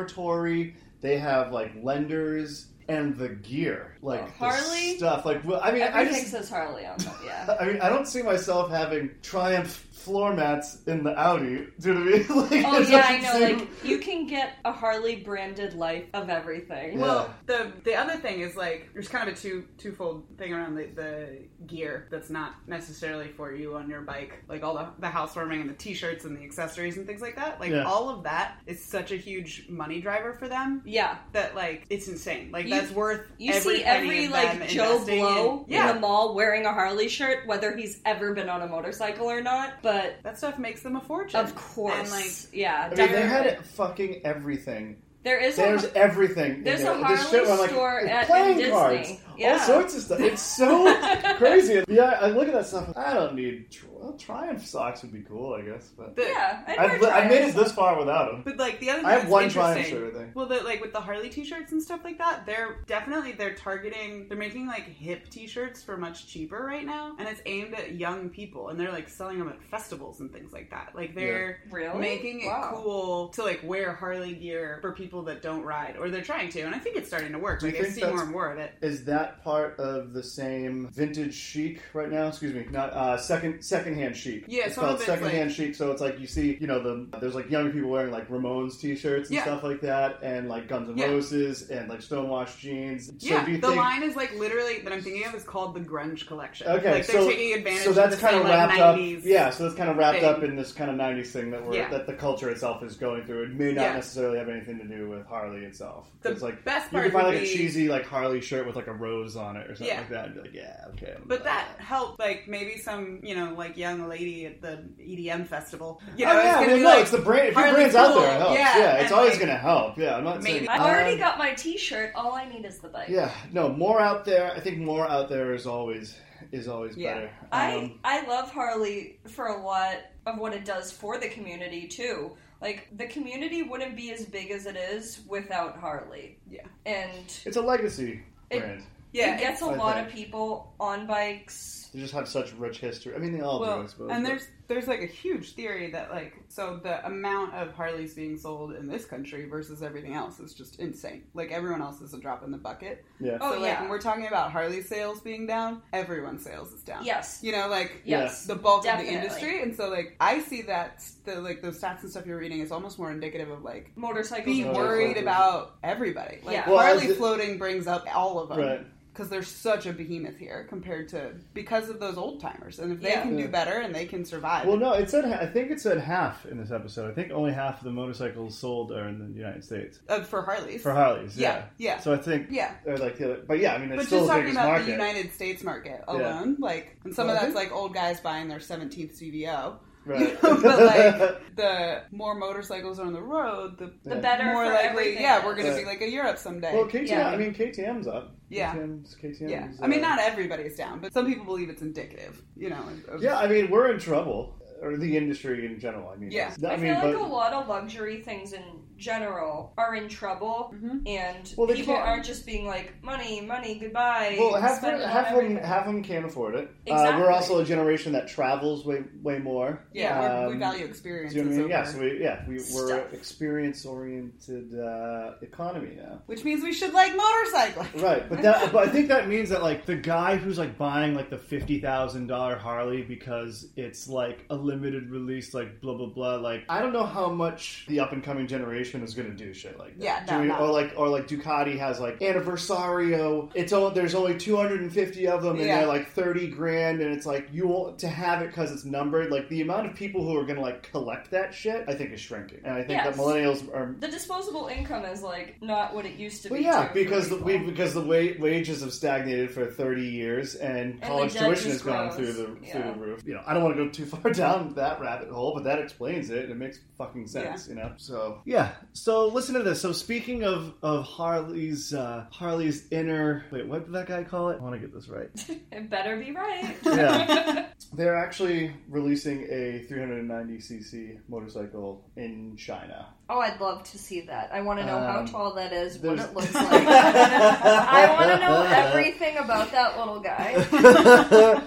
Speaker 1: territory, they have like lenders and the gear, like
Speaker 2: Well,
Speaker 1: the
Speaker 2: Harley-
Speaker 1: stuff. Like well, I mean,
Speaker 2: like,
Speaker 1: I
Speaker 2: everything
Speaker 1: just
Speaker 2: says Harley on them. Yeah.
Speaker 1: I mean I don't see myself having Triumph floor mats in the Audi. Do you know what I mean? Like,
Speaker 2: Oh
Speaker 1: it
Speaker 2: yeah, I
Speaker 1: doesn't
Speaker 2: know.
Speaker 1: seem-
Speaker 2: Like you can get a Harley branded life of everything.
Speaker 1: Yeah.
Speaker 3: Well, the the other thing is like there's kind of a two twofold thing around the, the gear that's not necessarily for you on your bike, like all the, the housewarming and the t-shirts and the accessories and things like that. Like
Speaker 1: Yeah.
Speaker 3: all of that is such a huge money driver for them
Speaker 2: Yeah.
Speaker 3: that like it's insane. Like
Speaker 2: You-
Speaker 3: that's worth
Speaker 2: You
Speaker 3: every
Speaker 2: see
Speaker 3: penny
Speaker 2: every
Speaker 3: of them
Speaker 2: like Joe
Speaker 3: investing
Speaker 2: Blow
Speaker 3: in, yeah.
Speaker 2: in the mall wearing a Harley shirt, whether he's ever been on a motorcycle or not. But
Speaker 3: that stuff makes them a fortune.
Speaker 2: of course,
Speaker 3: and like
Speaker 2: yeah,
Speaker 1: I mean, they
Speaker 2: definitely.
Speaker 1: had fucking everything
Speaker 2: there is a
Speaker 1: There's everything. in
Speaker 2: There's
Speaker 1: there.
Speaker 2: a
Speaker 1: This
Speaker 2: Harley
Speaker 1: where I'm
Speaker 2: store
Speaker 1: it's
Speaker 2: at-
Speaker 1: playing
Speaker 2: in Disney.
Speaker 1: cards, all
Speaker 2: Yeah.
Speaker 1: sorts of stuff. It's so crazy. Yeah, I look at that stuff. I don't need tr- well, Triumph socks would be cool, I guess. But
Speaker 3: the-
Speaker 2: yeah. I'd
Speaker 1: I've,
Speaker 2: wear
Speaker 1: I made it
Speaker 2: Triumph.
Speaker 1: this far without them.
Speaker 3: But like the other thing
Speaker 1: I have
Speaker 3: that's
Speaker 1: one Triumph
Speaker 3: interesting,
Speaker 1: shirt, I think.
Speaker 3: Well, that like with the Harley t-shirts and stuff like that, they're definitely they're targeting. They're making like hip t-shirts for much cheaper right now, and it's aimed at young people, and they're like selling them at festivals and things like that. Like they're
Speaker 1: Oh,
Speaker 2: Really?
Speaker 3: making it
Speaker 2: Wow.
Speaker 3: cool to like wear Harley gear for people that don't ride, or they're trying to. And I think it's starting to work.
Speaker 1: Do you
Speaker 3: Like I
Speaker 1: think
Speaker 3: see
Speaker 1: that's-
Speaker 3: more and more of it.
Speaker 1: Is that part of the same vintage chic right now? Excuse me, not uh, second secondhand chic.
Speaker 3: Yeah,
Speaker 1: it's
Speaker 3: some
Speaker 1: called
Speaker 3: of it's
Speaker 1: secondhand
Speaker 3: like-
Speaker 1: chic. So it's like you see, you know, the there's like young people wearing like Ramones t-shirts and
Speaker 3: Yeah.
Speaker 1: stuff like that, and like Guns N'
Speaker 3: Yeah.
Speaker 1: Roses and like Stonewashed jeans. So
Speaker 3: yeah,
Speaker 1: do you
Speaker 3: the
Speaker 1: think
Speaker 3: line is like literally that I'm thinking of is called the grunge collection.
Speaker 1: Okay,
Speaker 3: like they're
Speaker 1: so-
Speaker 3: taking advantage.
Speaker 1: so that's
Speaker 3: of the
Speaker 1: kind
Speaker 3: same,
Speaker 1: of wrapped
Speaker 3: like,
Speaker 1: up
Speaker 3: 90s.
Speaker 1: yeah so that's kind of wrapped
Speaker 3: thing.
Speaker 1: up in this kind of 90s thing that we're
Speaker 3: Yeah.
Speaker 1: that the culture itself is going through it may not
Speaker 3: Yeah.
Speaker 1: necessarily have anything to do with harley itself
Speaker 3: The
Speaker 1: it's like
Speaker 3: best
Speaker 1: you
Speaker 3: part
Speaker 1: can find
Speaker 3: would
Speaker 1: like a
Speaker 3: be-
Speaker 1: cheesy like harley shirt with like a rose on it or something
Speaker 3: Yeah.
Speaker 1: like that and be like yeah okay I'm
Speaker 3: But
Speaker 1: about
Speaker 3: that helped, like maybe some, you know, like young lady at the EDM festival. You
Speaker 1: oh
Speaker 3: know,
Speaker 1: yeah,
Speaker 3: it's gonna
Speaker 1: well,
Speaker 3: be
Speaker 1: no,
Speaker 3: like,
Speaker 1: it's the brand. If your
Speaker 3: Harley
Speaker 1: brand's out there, it
Speaker 3: Cool,
Speaker 1: helps. Yeah,
Speaker 3: yeah,
Speaker 1: it's
Speaker 3: and,
Speaker 1: always
Speaker 3: like,
Speaker 1: going to help. Yeah, I'm not
Speaker 3: maybe-
Speaker 1: saying
Speaker 2: I already
Speaker 1: Um,
Speaker 2: got my T-shirt. All I need is the bike.
Speaker 1: Yeah, no, more out there. I think more out there is always is always
Speaker 3: Yeah.
Speaker 1: better.
Speaker 2: I
Speaker 1: Um,
Speaker 2: I love Harley for a lot of what it does for the community too. Like the community wouldn't be as big as it is without Harley.
Speaker 3: Yeah.
Speaker 2: and
Speaker 1: it's a legacy
Speaker 2: It-
Speaker 1: brand.
Speaker 3: yeah,
Speaker 2: it gets a
Speaker 1: I
Speaker 2: lot
Speaker 1: think.
Speaker 2: of people on bikes.
Speaker 1: They just have such rich history. I mean, they all do, I
Speaker 3: well,
Speaker 1: suppose.
Speaker 3: and
Speaker 1: but-
Speaker 3: there's there's like a huge theory that like so the amount of Harleys being sold in this country versus everything else is just insane. Like everyone else is a drop in the bucket.
Speaker 1: yeah.
Speaker 2: Oh,
Speaker 3: so like
Speaker 2: yeah.
Speaker 3: when we're talking about Harley sales being down, everyone's sales is down.
Speaker 2: Yes.
Speaker 3: You know, like
Speaker 2: Yes.
Speaker 3: the bulk
Speaker 2: Definitely.
Speaker 3: of the industry, and so like I see that the like those stats and stuff you're reading is almost more indicative of like
Speaker 2: Motorcycles.
Speaker 3: be
Speaker 1: Yeah.
Speaker 2: are-
Speaker 3: worried about everybody. Like
Speaker 2: Yeah.
Speaker 1: Well,
Speaker 3: Harley
Speaker 1: I did-
Speaker 3: floating brings up all of them
Speaker 1: Right.
Speaker 3: because there's such a behemoth here compared to because of those old timers, and if they
Speaker 2: Yeah.
Speaker 3: can
Speaker 1: Yeah.
Speaker 3: do better and they can survive.
Speaker 1: Well, no, it said I think it said half in this episode. I think only half of the motorcycles sold are in the United States
Speaker 3: uh, for Harleys,
Speaker 1: for Harleys. Yeah,
Speaker 3: Yeah, yeah.
Speaker 1: So I think
Speaker 3: yeah.
Speaker 1: or like the other, but yeah, I mean, it's
Speaker 3: But
Speaker 1: still
Speaker 3: just
Speaker 1: the
Speaker 3: talking
Speaker 1: biggest
Speaker 3: about
Speaker 1: market.
Speaker 3: the United States market alone, like, and some
Speaker 1: Well, I
Speaker 3: of that's
Speaker 1: think-
Speaker 3: like old guys buying their 17th CVO.
Speaker 1: right.
Speaker 3: but like, the more motorcycles are on the road, the
Speaker 2: The
Speaker 1: Yeah.
Speaker 2: better
Speaker 3: more
Speaker 2: for
Speaker 3: likely,
Speaker 2: everything.
Speaker 3: yeah, we're going
Speaker 1: Right.
Speaker 3: to be like a Europe someday.
Speaker 1: well, KTM.
Speaker 2: Yeah.
Speaker 1: I mean, KTM's up.
Speaker 3: Yeah.
Speaker 1: KTM's, KTM's
Speaker 3: yeah,
Speaker 1: uh,
Speaker 3: I mean, not everybody's down, but some people believe it's indicative, you know. of-
Speaker 1: Yeah, I mean, we're in trouble, or the industry in general. I mean,
Speaker 3: Yeah.
Speaker 1: it's- I,
Speaker 2: I,
Speaker 1: mean,
Speaker 2: feel like
Speaker 1: but
Speaker 2: a lot of luxury things in general are in trouble,
Speaker 3: Mhm.
Speaker 2: and
Speaker 1: Well, they
Speaker 2: people
Speaker 1: can't-
Speaker 2: aren't just being like money, money, goodbye.
Speaker 1: well, half
Speaker 2: spend it on
Speaker 1: half of them,
Speaker 2: everything."
Speaker 1: half of them can't afford it. Uh,
Speaker 2: Exactly.
Speaker 1: we're also a generation that travels way way more.
Speaker 3: Yeah, we're, we
Speaker 1: Um, Do
Speaker 3: value experiences
Speaker 1: you know what I mean?
Speaker 3: over,
Speaker 1: Yeah, so we, yeah, we, we're
Speaker 2: Stuff.
Speaker 1: experience oriented uh, economy now.
Speaker 3: which means we should like motorcycling.
Speaker 1: Right, but that, but I think that means that like the guy who's like buying like the fifty thousand dollar Harley because it's like a limited release, like blah blah blah. Like I don't know how much the up and coming generation is going to do shit like that.
Speaker 3: Yeah,
Speaker 1: Do
Speaker 3: no,
Speaker 1: we-
Speaker 3: no.
Speaker 1: or like or like Ducati has like Anniversario. It's all there's only 250 of them, and
Speaker 3: Yeah.
Speaker 1: they're like 30 grand, and it's like you will to have it because it's numbered. Like the amount of people who are going to like collect that shit, I think is shrinking, and I think that
Speaker 2: Yes.
Speaker 1: millennials are
Speaker 2: The disposable income is like not what it used to
Speaker 1: well,
Speaker 2: be.
Speaker 1: yeah,
Speaker 2: too, for
Speaker 1: because the,
Speaker 2: people.
Speaker 1: we because the wa- wages have stagnated for thirty years, and,
Speaker 2: the
Speaker 1: college
Speaker 2: debt
Speaker 1: tuition
Speaker 2: is
Speaker 1: has gone
Speaker 2: gross.
Speaker 1: through the through
Speaker 2: Yeah.
Speaker 1: the roof. You know, I don't want to go too far down that rabbit hole, but that explains it. and It makes fucking sense, you know. So yeah, so listen to this. So speaking of of Harley's uh, Harley's inner wait, what did that guy call it? I want to get this right.
Speaker 2: it better be right.
Speaker 1: Yeah. They're actually releasing a 390cc motorcycle in China.
Speaker 2: oh, I'd love to see that. I want to know how
Speaker 1: Um,
Speaker 2: tall that is, what
Speaker 1: there's-
Speaker 2: it looks like. I want to know everything about that little guy.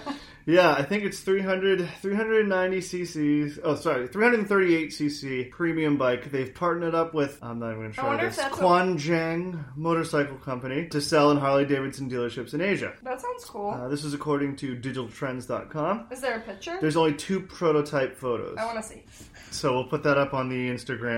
Speaker 1: yeah, I think it's 300, 390 cc's. Oh, sorry, 338 cc premium bike. They've partnered up with, I'm not even going to try
Speaker 2: wonder if
Speaker 1: this,
Speaker 2: that's a-
Speaker 1: Quanjang Motorcycle Company to sell in Harley Davidson dealerships in Asia.
Speaker 2: That sounds cool.
Speaker 1: Uh, this is according to digitaltrends.com.
Speaker 2: is there a picture?
Speaker 1: There's only two prototype photos.
Speaker 2: I want to see.
Speaker 1: So we'll put that up on the Instagram.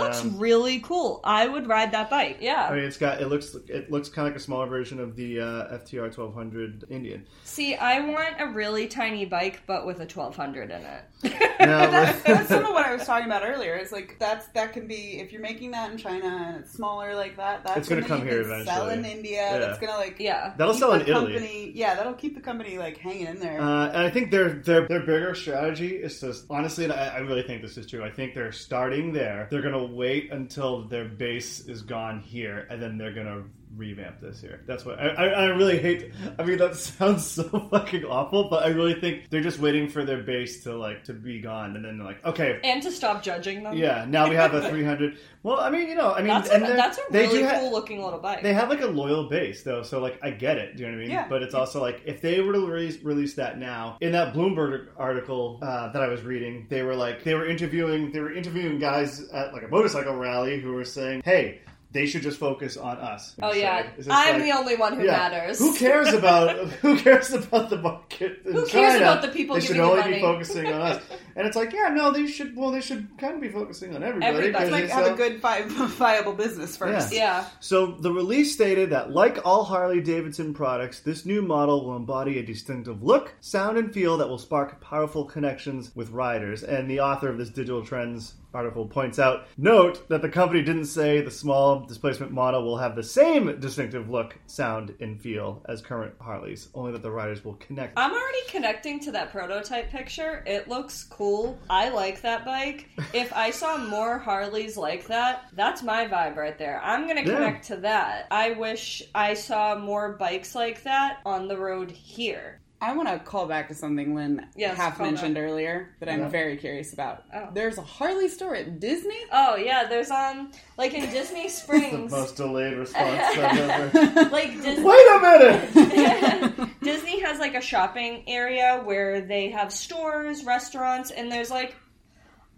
Speaker 1: Um,
Speaker 2: really cool. I would ride that bike. Yeah.
Speaker 1: I mean, it's got it looks it looks kind of like a smaller version of the uh, FTR 1200 Indian.
Speaker 2: See, I want a really tiny bike, but with a 1200 in it.
Speaker 1: Now,
Speaker 3: That's, that's some of what I was talking about earlier. It's like that's that can be if you're making that in China and it's smaller like that. That's
Speaker 1: It's gonna come
Speaker 3: something you
Speaker 1: here
Speaker 3: can Sell in
Speaker 1: eventually.
Speaker 3: India.
Speaker 1: Yeah.
Speaker 3: That's gonna like
Speaker 2: yeah.
Speaker 1: That'll
Speaker 3: keep
Speaker 1: sell in
Speaker 3: the
Speaker 1: Italy.
Speaker 3: Company, yeah, that'll keep the company like hanging in there.
Speaker 1: Uh, and I think their their their bigger strategy is to honestly, and I, I really think this is true. I think they're starting there. They're gonna wait until their base is gone here, and then they're gonna revamp this here. That's what I, I, I really hate. I mean, that sounds so fucking awful, but I really think they're just waiting for their base to like to be gone, and then they're like, okay,
Speaker 2: And to stop judging them.
Speaker 1: yeah, now we have a three hundred. Well, I mean, you know, I mean,
Speaker 2: That's,
Speaker 1: and
Speaker 2: a,
Speaker 1: they're-
Speaker 2: that's a
Speaker 1: they
Speaker 2: really
Speaker 1: do ha-
Speaker 2: cool looking little bike.
Speaker 1: they have like a loyal base though, so like I get it. Do you know what I mean?
Speaker 3: Yeah.
Speaker 1: But it's also like if they were to release, release that now, in that Bloomberg article uh, that I was reading, they were like they were interviewing they were interviewing guys at like a motorcycle rally who were saying, "Hey, they should just focus on us."
Speaker 2: oh,
Speaker 1: So
Speaker 2: yeah.
Speaker 1: it's just
Speaker 2: I'm
Speaker 1: like,
Speaker 2: the only one who
Speaker 1: yeah.
Speaker 2: matters.
Speaker 1: Who cares about who cares about the market? In
Speaker 2: Who cares
Speaker 1: China?
Speaker 2: about the people
Speaker 1: They
Speaker 2: giving
Speaker 1: should
Speaker 2: you
Speaker 1: only
Speaker 2: money?
Speaker 1: be focusing on us. And it's like, yeah, no, they should. Well, they should kind of be focusing on everybody.
Speaker 2: Everybody.
Speaker 1: 'cause
Speaker 3: It's like
Speaker 1: they
Speaker 3: have
Speaker 1: sell-
Speaker 3: a good vi- viable business first.
Speaker 2: Yeah.
Speaker 1: so the release stated that, like all Harley Davidson products, this new model will embody a distinctive look, sound, and feel that will spark powerful connections with riders. And the author of this Digital Trends article points out, note that the company didn't say the small displacement model will have the same distinctive look, sound, and feel as current Harleys, only that the riders will connect.
Speaker 2: I'm already connecting to that prototype picture. It looks cool. I like that bike. If I saw more Harleys like that, that's my vibe right there. I'm going to
Speaker 1: Yeah.
Speaker 2: connect to that. I wish I saw more bikes like that on the road here.
Speaker 3: I want to call back to something Lynn
Speaker 2: Yes,
Speaker 3: half
Speaker 2: call
Speaker 3: mentioned earlier that I'm
Speaker 1: Yeah.
Speaker 3: very curious about.
Speaker 2: Oh.
Speaker 3: There's a Harley store at Disney.
Speaker 2: Oh, yeah, there's um like in Disney
Speaker 1: the
Speaker 2: Springs.
Speaker 1: most delayed response I've ever.
Speaker 2: like Disney
Speaker 1: Wait a minute!
Speaker 2: Disney has like a shopping area where they have stores, restaurants, and there's like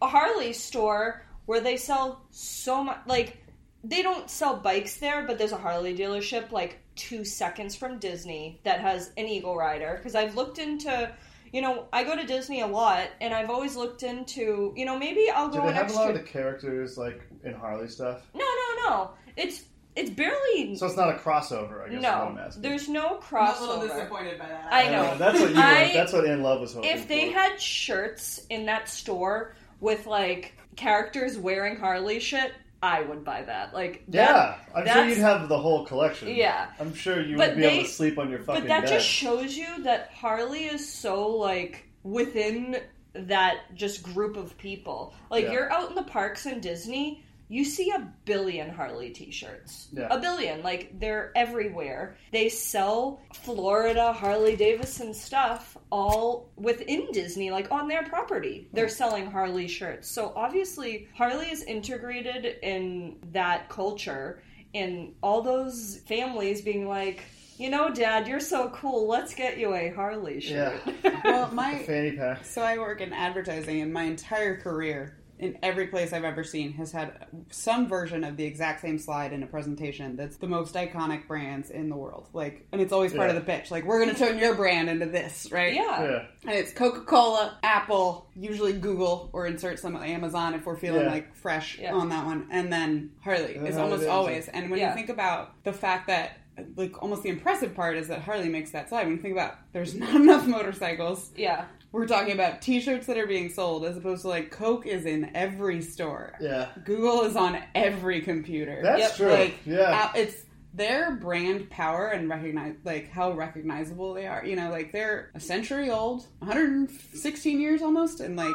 Speaker 2: a Harley store where they sell so much. Like, they don't sell bikes there, but there's a Harley dealership like two seconds from Disney that has an Eagle Rider. Because I've looked into, you know, I go to Disney a lot, and I've always looked into, you know, maybe I'll
Speaker 1: Do
Speaker 2: go
Speaker 1: they
Speaker 2: an
Speaker 1: have a lot of the
Speaker 2: extra.
Speaker 1: characters like in Harley stuff?
Speaker 2: No, no, no. It's it's barely
Speaker 1: So it's not a crossover, I guess. is what
Speaker 2: no.
Speaker 1: I'm asking.
Speaker 2: There's no
Speaker 3: I'm a little
Speaker 2: crossover.
Speaker 3: disappointed by that.
Speaker 2: I know.
Speaker 1: Uh, that's what you. were-
Speaker 2: I-
Speaker 1: that's what In Love was hoping.
Speaker 2: if they
Speaker 1: for.
Speaker 2: had shirts in that store with like characters wearing Harley shit, I would buy that. Like,
Speaker 1: yeah,
Speaker 2: that-
Speaker 1: I'm sure
Speaker 2: that's-
Speaker 1: you'd have the whole collection.
Speaker 2: Yeah.
Speaker 1: I'm sure you
Speaker 2: But
Speaker 1: would be
Speaker 2: they-
Speaker 1: able to sleep on your fucking
Speaker 2: but that
Speaker 1: bed.
Speaker 2: just shows you that Harley is so like within that just group of people. Like,
Speaker 1: Yeah.
Speaker 2: you're out in the parks in Disney. You see a billion Harley t-shirts.
Speaker 1: Yeah.
Speaker 2: A billion. Like they're everywhere. They sell Florida Harley Davidson stuff all within Disney, like on their property. They're selling Harley shirts. So obviously Harley is integrated in that culture and all those families being like, you know, Dad, you're so cool. Let's get you a Harley shirt.
Speaker 1: yeah,
Speaker 3: Well,
Speaker 1: the
Speaker 3: my
Speaker 1: fanny pack.
Speaker 3: so I work in advertising, and my entire career in every place I've ever seen has had some version of the exact same slide in a presentation that's the most iconic brands in the world. Like, and it's always part
Speaker 1: Yeah.
Speaker 3: of the pitch. Like, we're going to turn your brand into this, right?
Speaker 2: Yeah.
Speaker 1: Yeah.
Speaker 3: And it's Coca Cola, Apple, usually Google, or insert some Amazon if we're feeling
Speaker 1: Yeah.
Speaker 3: like fresh
Speaker 2: Yeah.
Speaker 3: on that one. And then Harley
Speaker 1: And then
Speaker 3: is
Speaker 1: Harley
Speaker 3: almost
Speaker 1: Davidson.
Speaker 3: always. And when
Speaker 2: Yeah.
Speaker 3: you think about the fact that, like, almost the impressive part is that Harley makes that slide. When you think about there's not enough motorcycles,
Speaker 2: Yeah.
Speaker 3: we're talking about t shirts that are being sold as opposed to like Coke is in every store.
Speaker 1: Yeah.
Speaker 3: Google is on every computer.
Speaker 1: That's
Speaker 2: Yep,
Speaker 1: true.
Speaker 3: Like,
Speaker 1: yeah.
Speaker 3: uh, it's their brand power and recognize like how recognizable they are. You know, like they're a century old, 116 years almost, and like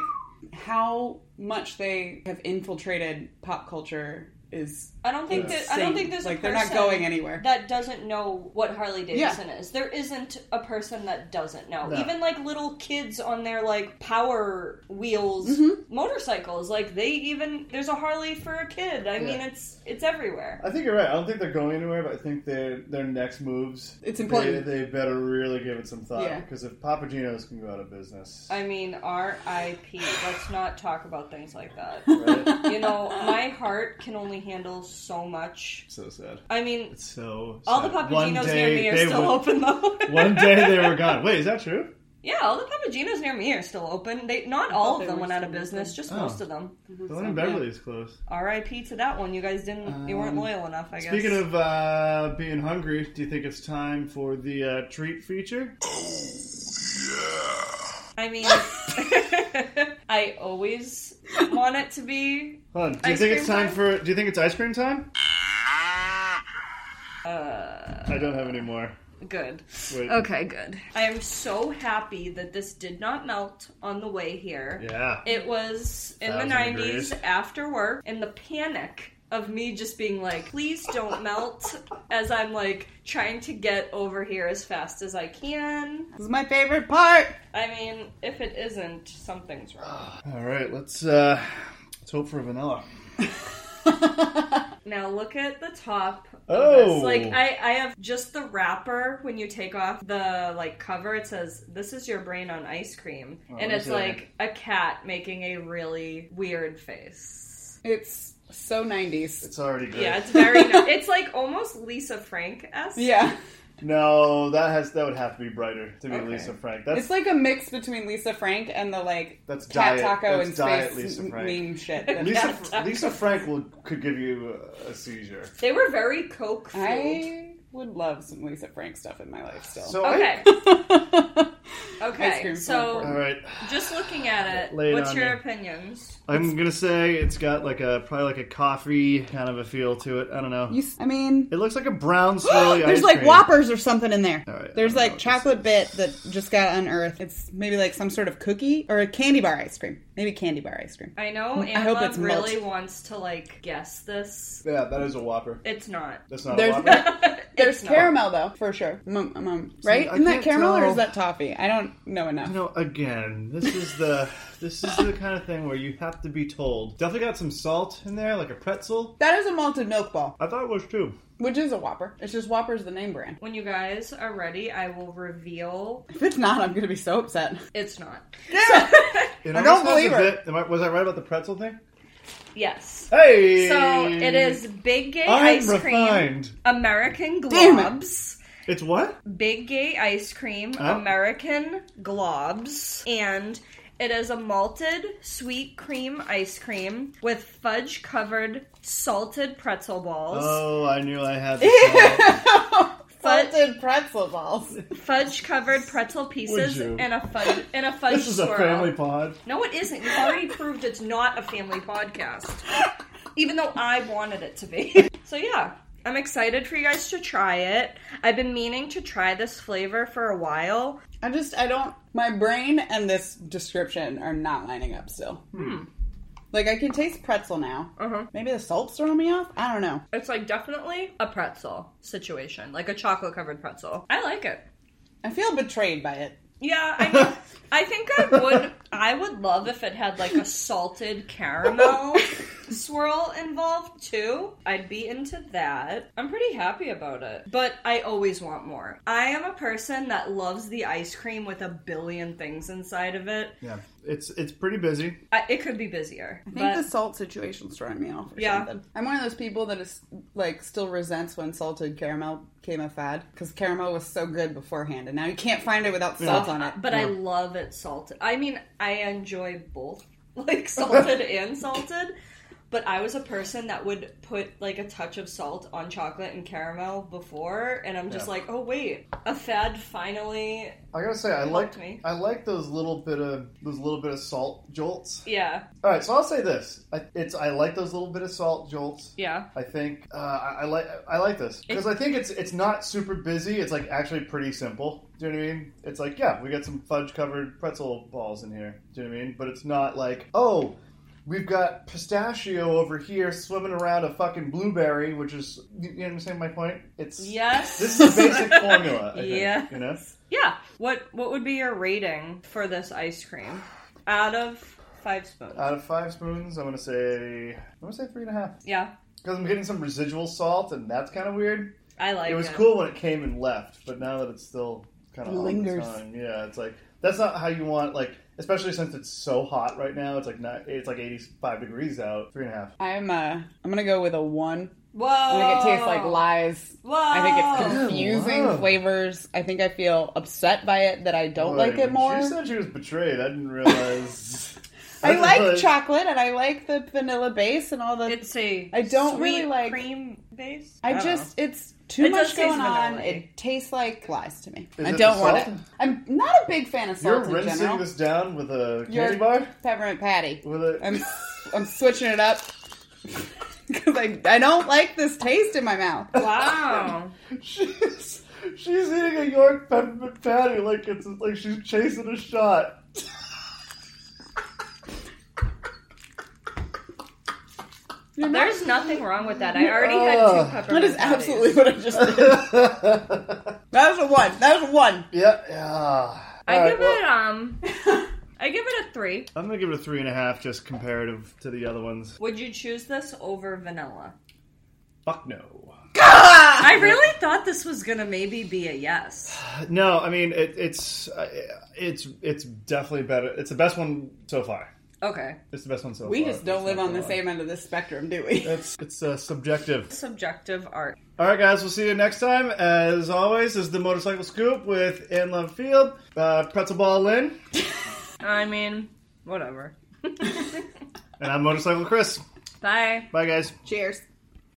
Speaker 3: how much they have infiltrated pop culture is.
Speaker 2: I don't think that I don't
Speaker 3: insane.
Speaker 2: think there's
Speaker 3: like
Speaker 2: a
Speaker 3: they're
Speaker 2: person
Speaker 3: not going anywhere.
Speaker 2: that doesn't know what Harley Davidson is. There isn't a person that doesn't know.
Speaker 1: No.
Speaker 2: Even like little kids on their like power wheels
Speaker 1: Mm-hmm.
Speaker 2: motorcycles, like they even there's a Harley for a kid. I mean,
Speaker 1: Yeah.
Speaker 2: it's it's everywhere.
Speaker 1: I think you're right. I don't think they're going anywhere, but I think their their next moves.
Speaker 3: It's
Speaker 1: They,
Speaker 3: important.
Speaker 1: they better really give it some
Speaker 3: Yeah.
Speaker 1: thought because if Papagenos can go out of business,
Speaker 2: I mean, R.I.P. Let's not talk about things like that.
Speaker 1: right?
Speaker 2: You know, my heart can only handle so much.
Speaker 1: so sad.
Speaker 2: I mean,
Speaker 1: It's so.
Speaker 2: all the
Speaker 1: sad.
Speaker 2: Papagenos
Speaker 1: One
Speaker 2: near
Speaker 1: day
Speaker 2: me are
Speaker 1: they
Speaker 2: still
Speaker 1: would-
Speaker 2: open though.
Speaker 1: One day they were gone. Wait, is that true?
Speaker 2: Yeah, all the Papagenos near me are still open. They not
Speaker 3: thought
Speaker 2: all of
Speaker 3: they
Speaker 2: them
Speaker 3: were
Speaker 2: went out of
Speaker 3: still
Speaker 2: business,
Speaker 3: open.
Speaker 2: just
Speaker 1: Oh.
Speaker 2: most of them.
Speaker 1: The one in Beverly is closed.
Speaker 2: R.I.P. to that one. You guys didn't. you weren't
Speaker 1: Um,
Speaker 2: loyal enough, I guess.
Speaker 1: Speaking of uh, being hungry, do you think it's time for the uh, treat feature?
Speaker 2: I mean, I always want it to be.
Speaker 1: Hold on. Do you
Speaker 2: Ice
Speaker 1: think it's
Speaker 2: cream
Speaker 1: time
Speaker 2: time?
Speaker 1: for? Do you think it's ice cream time?
Speaker 2: Uh,
Speaker 1: I don't have any more.
Speaker 2: good.
Speaker 1: Wait.
Speaker 2: Okay, good. I am so happy that this did not melt on the way here.
Speaker 1: Yeah.
Speaker 2: It was in the
Speaker 1: Thousand
Speaker 2: 90s
Speaker 1: degrees.
Speaker 2: after work, and the panic of me just being like, please don't melt, as I'm like trying to get over here as fast as I can.
Speaker 3: This is my favorite part.
Speaker 2: I mean, if it isn't, something's wrong.
Speaker 1: All right. Let's uh, let's hope for vanilla.
Speaker 2: Now look at the top.
Speaker 1: Oh.
Speaker 2: Of this. Like I, I have just the wrapper. When you take off the like cover, it says "This is your brain on ice cream,"
Speaker 1: Oh,
Speaker 2: and
Speaker 1: let me
Speaker 2: it's
Speaker 1: see.
Speaker 2: like a cat making a really weird face.
Speaker 3: It's so 90s.
Speaker 1: It's already good.
Speaker 2: Yeah, it's very. no- it's like almost Lisa Frank esque.
Speaker 3: Yeah.
Speaker 1: No, that has that would have to be brighter to be
Speaker 2: Okay.
Speaker 1: Lisa Frank. That's
Speaker 3: it's like a mix between Lisa Frank and the like
Speaker 1: that's
Speaker 3: cat
Speaker 1: diet.
Speaker 3: taco
Speaker 1: that's
Speaker 3: and
Speaker 1: diet
Speaker 3: space
Speaker 1: Lisa Frank.
Speaker 3: meme shit. that-
Speaker 1: Lisa,
Speaker 2: Cat taco.
Speaker 1: Lisa Frank will could give you a seizure.
Speaker 2: They were very coke fueled.
Speaker 3: I would love some Lisa Frank stuff in my life still.
Speaker 1: So
Speaker 2: Okay,
Speaker 3: Ice
Speaker 2: okay.
Speaker 3: cream's
Speaker 2: So
Speaker 3: so
Speaker 1: all right,
Speaker 2: just looking at it,
Speaker 1: Lay it
Speaker 2: what's
Speaker 1: on
Speaker 2: your
Speaker 1: me.
Speaker 2: opinions?
Speaker 1: I'm gonna say it's got like a probably like a coffee kind of a feel to it. I don't know.
Speaker 3: you, s- I mean,
Speaker 1: It looks like a brown swirly.
Speaker 3: there's
Speaker 1: ice
Speaker 3: like
Speaker 1: cream.
Speaker 3: Whoppers or something in there.
Speaker 1: All right, I
Speaker 3: there's
Speaker 1: don't know
Speaker 3: like
Speaker 1: what this
Speaker 3: chocolate bit that just got unearthed. It's maybe like some sort of cookie or a candy bar ice cream. Maybe candy bar ice cream.
Speaker 2: I know
Speaker 3: I hope
Speaker 2: Anna
Speaker 3: it's malt.
Speaker 2: really wants to like guess this.
Speaker 1: Yeah, that is a Whopper.
Speaker 2: It's not.
Speaker 1: That's not
Speaker 3: There's
Speaker 1: a Whopper.
Speaker 3: There's
Speaker 2: It's not.
Speaker 3: caramel though, for sure. Mm, mm, mm. right?
Speaker 1: I
Speaker 3: Isn't that
Speaker 1: can't
Speaker 3: caramel or
Speaker 1: tell.
Speaker 3: is that toffee? I don't know enough.
Speaker 1: You know, again, this is the this is the kind of thing where you have to be told. Definitely got some salt in there, like a pretzel.
Speaker 3: That is a malted milk ball,
Speaker 1: I thought it was too.
Speaker 3: which is a Whopper. It's just Whopper's the name brand.
Speaker 2: When you guys are ready, I will reveal
Speaker 3: If it's not, I'm gonna be so upset.
Speaker 2: it's not.
Speaker 1: It
Speaker 3: I
Speaker 1: almost has
Speaker 3: don't
Speaker 1: a
Speaker 3: believe her.
Speaker 1: bit- am I- was I right about the pretzel thing?
Speaker 2: Yes.
Speaker 1: Hey!
Speaker 2: So it is Big Gay
Speaker 1: I'm
Speaker 2: Ice Cream,
Speaker 1: refined.
Speaker 2: American
Speaker 3: Damn it.
Speaker 2: Globs,
Speaker 1: It's what?
Speaker 2: Big Gay Ice Cream,
Speaker 1: Oh.
Speaker 2: American Globs, and it is a malted sweet cream ice cream with fudge covered salted pretzel balls.
Speaker 1: Oh, I knew I had this.
Speaker 3: Salted pretzel balls.
Speaker 2: fudge covered pretzel pieces
Speaker 1: you?
Speaker 2: and a fudge and a fudge
Speaker 1: this is a
Speaker 2: swirl.
Speaker 1: family pod.
Speaker 2: No, it isn't. You've already proved it's not a family podcast, even though I wanted it to be. so yeah. I'm excited for you guys to try it. I've been meaning to try this flavor for a while.
Speaker 3: I just I don't my brain and this description are not lining up still. Hmm. Like I can taste pretzel now.
Speaker 2: Uh-huh.
Speaker 3: Maybe the salt's throwing me off? I don't know.
Speaker 2: It's like definitely a pretzel situation, like a chocolate covered pretzel. I like it.
Speaker 3: I feel betrayed by it.
Speaker 2: Yeah, I mean, I think I would I would love if it had like a salted caramel swirl involved too. I'd be into that. I'm pretty happy about it, but I always want more. I am a person that loves the ice cream with a billion things inside of it.
Speaker 1: Yeah, it's it's pretty busy.
Speaker 2: I, it could be busier.
Speaker 3: I think
Speaker 2: but-
Speaker 3: the salt situation's throwing me off. Or
Speaker 2: Yeah.
Speaker 3: something. I'm one of those people that is like still resents when salted caramel became a fad because caramel was so good beforehand, and now you can't find it without salt on it.
Speaker 2: But I love it salted. I mean, I enjoy both, like salted and salted. But I was a person that would put like a touch of salt on chocolate and caramel before, and I'm just
Speaker 1: Yeah.
Speaker 2: like, oh wait, a fad finally.
Speaker 1: I gotta say, I like
Speaker 2: liked me.
Speaker 1: I like those little bit of those little bit of salt jolts.
Speaker 2: Yeah,
Speaker 1: All right, so I'll say this: I, it's I like those little bit of salt jolts.
Speaker 2: yeah,
Speaker 1: I think uh, I, I like I like this because I think it's it's not super busy. It's like actually pretty simple. Do you know what I mean? It's like yeah, we got some fudge covered pretzel balls in here. Do you know what I mean? But it's not like oh, we've got pistachio over here swimming around a fucking blueberry, which is you, you understand my point? It's
Speaker 2: yes.
Speaker 1: This is the basic formula. I think,
Speaker 2: Yes.
Speaker 1: you know.
Speaker 2: yeah. What What would be your rating for this ice cream out of five spoons?
Speaker 1: Out of five spoons, I'm gonna say I'm gonna say three and a half
Speaker 2: yeah,
Speaker 1: because I'm getting some residual salt, and that's kind of weird.
Speaker 2: I like it.
Speaker 1: it
Speaker 3: uh,
Speaker 1: was cool when it came and left, but now that it's still kind of
Speaker 3: Lingers.
Speaker 1: yeah, it's like that's not how you want like, especially since it's so hot right now. It's like not, it's like 85 degrees out, three and a half.
Speaker 3: I'm uh, I'm gonna go with a one.
Speaker 2: Whoa!
Speaker 3: I think it tastes like
Speaker 2: Oh.
Speaker 3: lies.
Speaker 2: Whoa!
Speaker 3: I think
Speaker 1: Good
Speaker 2: Oh.
Speaker 3: it's confusing
Speaker 1: lord.
Speaker 3: flavors. I think I feel upset by it that I don't like
Speaker 1: Boy,
Speaker 3: it more.
Speaker 1: She said she was betrayed. I didn't realize.
Speaker 3: I like
Speaker 1: didn't realize-
Speaker 3: chocolate and I like the vanilla base and all the.
Speaker 2: It's a
Speaker 3: I don't
Speaker 2: sweet
Speaker 3: really like-
Speaker 2: cream base.
Speaker 3: I
Speaker 2: don't
Speaker 3: just it's too
Speaker 2: It does taste
Speaker 3: much going on.
Speaker 2: vanilla-y.
Speaker 3: It tastes like lies to me.
Speaker 1: Is
Speaker 3: I
Speaker 1: it
Speaker 3: don't
Speaker 1: the
Speaker 3: want it.
Speaker 1: salt?
Speaker 3: I'm not a big fan of
Speaker 1: You're
Speaker 3: salt in
Speaker 1: rinsing
Speaker 3: general.
Speaker 1: this down with a candy
Speaker 3: You're-
Speaker 1: bar.
Speaker 3: Peppermint patty.
Speaker 1: With a
Speaker 3: I'm I'm switching it up because I I don't like this taste in my mouth.
Speaker 2: know. Wow.
Speaker 1: she's she's eating a York peppermint patty like it's like she's chasing a shot.
Speaker 2: There's nothing wrong with that. I already had two
Speaker 1: Ugh.
Speaker 2: peppermint
Speaker 3: That is
Speaker 2: patties.
Speaker 3: absolutely what I just did.
Speaker 1: yeah,
Speaker 3: That was a one. That was a one.
Speaker 1: yeah.
Speaker 2: I
Speaker 1: All right,
Speaker 2: give
Speaker 1: well-
Speaker 2: it um. I give it a three.
Speaker 1: I'm gonna give it a three and a half, just comparative to the other ones.
Speaker 2: Would you choose this over vanilla?
Speaker 1: Fuck no.
Speaker 2: I really thought this was gonna maybe be a yes.
Speaker 1: No, I mean it, it's uh, it's it's definitely better. It's the best one so far.
Speaker 2: Okay.
Speaker 1: It's the best one so
Speaker 3: We
Speaker 1: far.
Speaker 3: just don't
Speaker 1: It's
Speaker 3: live
Speaker 1: not
Speaker 3: on the
Speaker 1: gonna lie.
Speaker 3: same end of this spectrum, do we?
Speaker 1: It's it's uh, subjective.
Speaker 2: Subjective art.
Speaker 1: All right, guys. We'll see you next time. As always, this is the motorcycle scoop with In Love Field, uh, Pretzel Ball Lynn,
Speaker 2: I mean, whatever.
Speaker 1: and I'm Motorcycle Chris.
Speaker 2: Bye.
Speaker 1: Bye, guys.
Speaker 3: Cheers.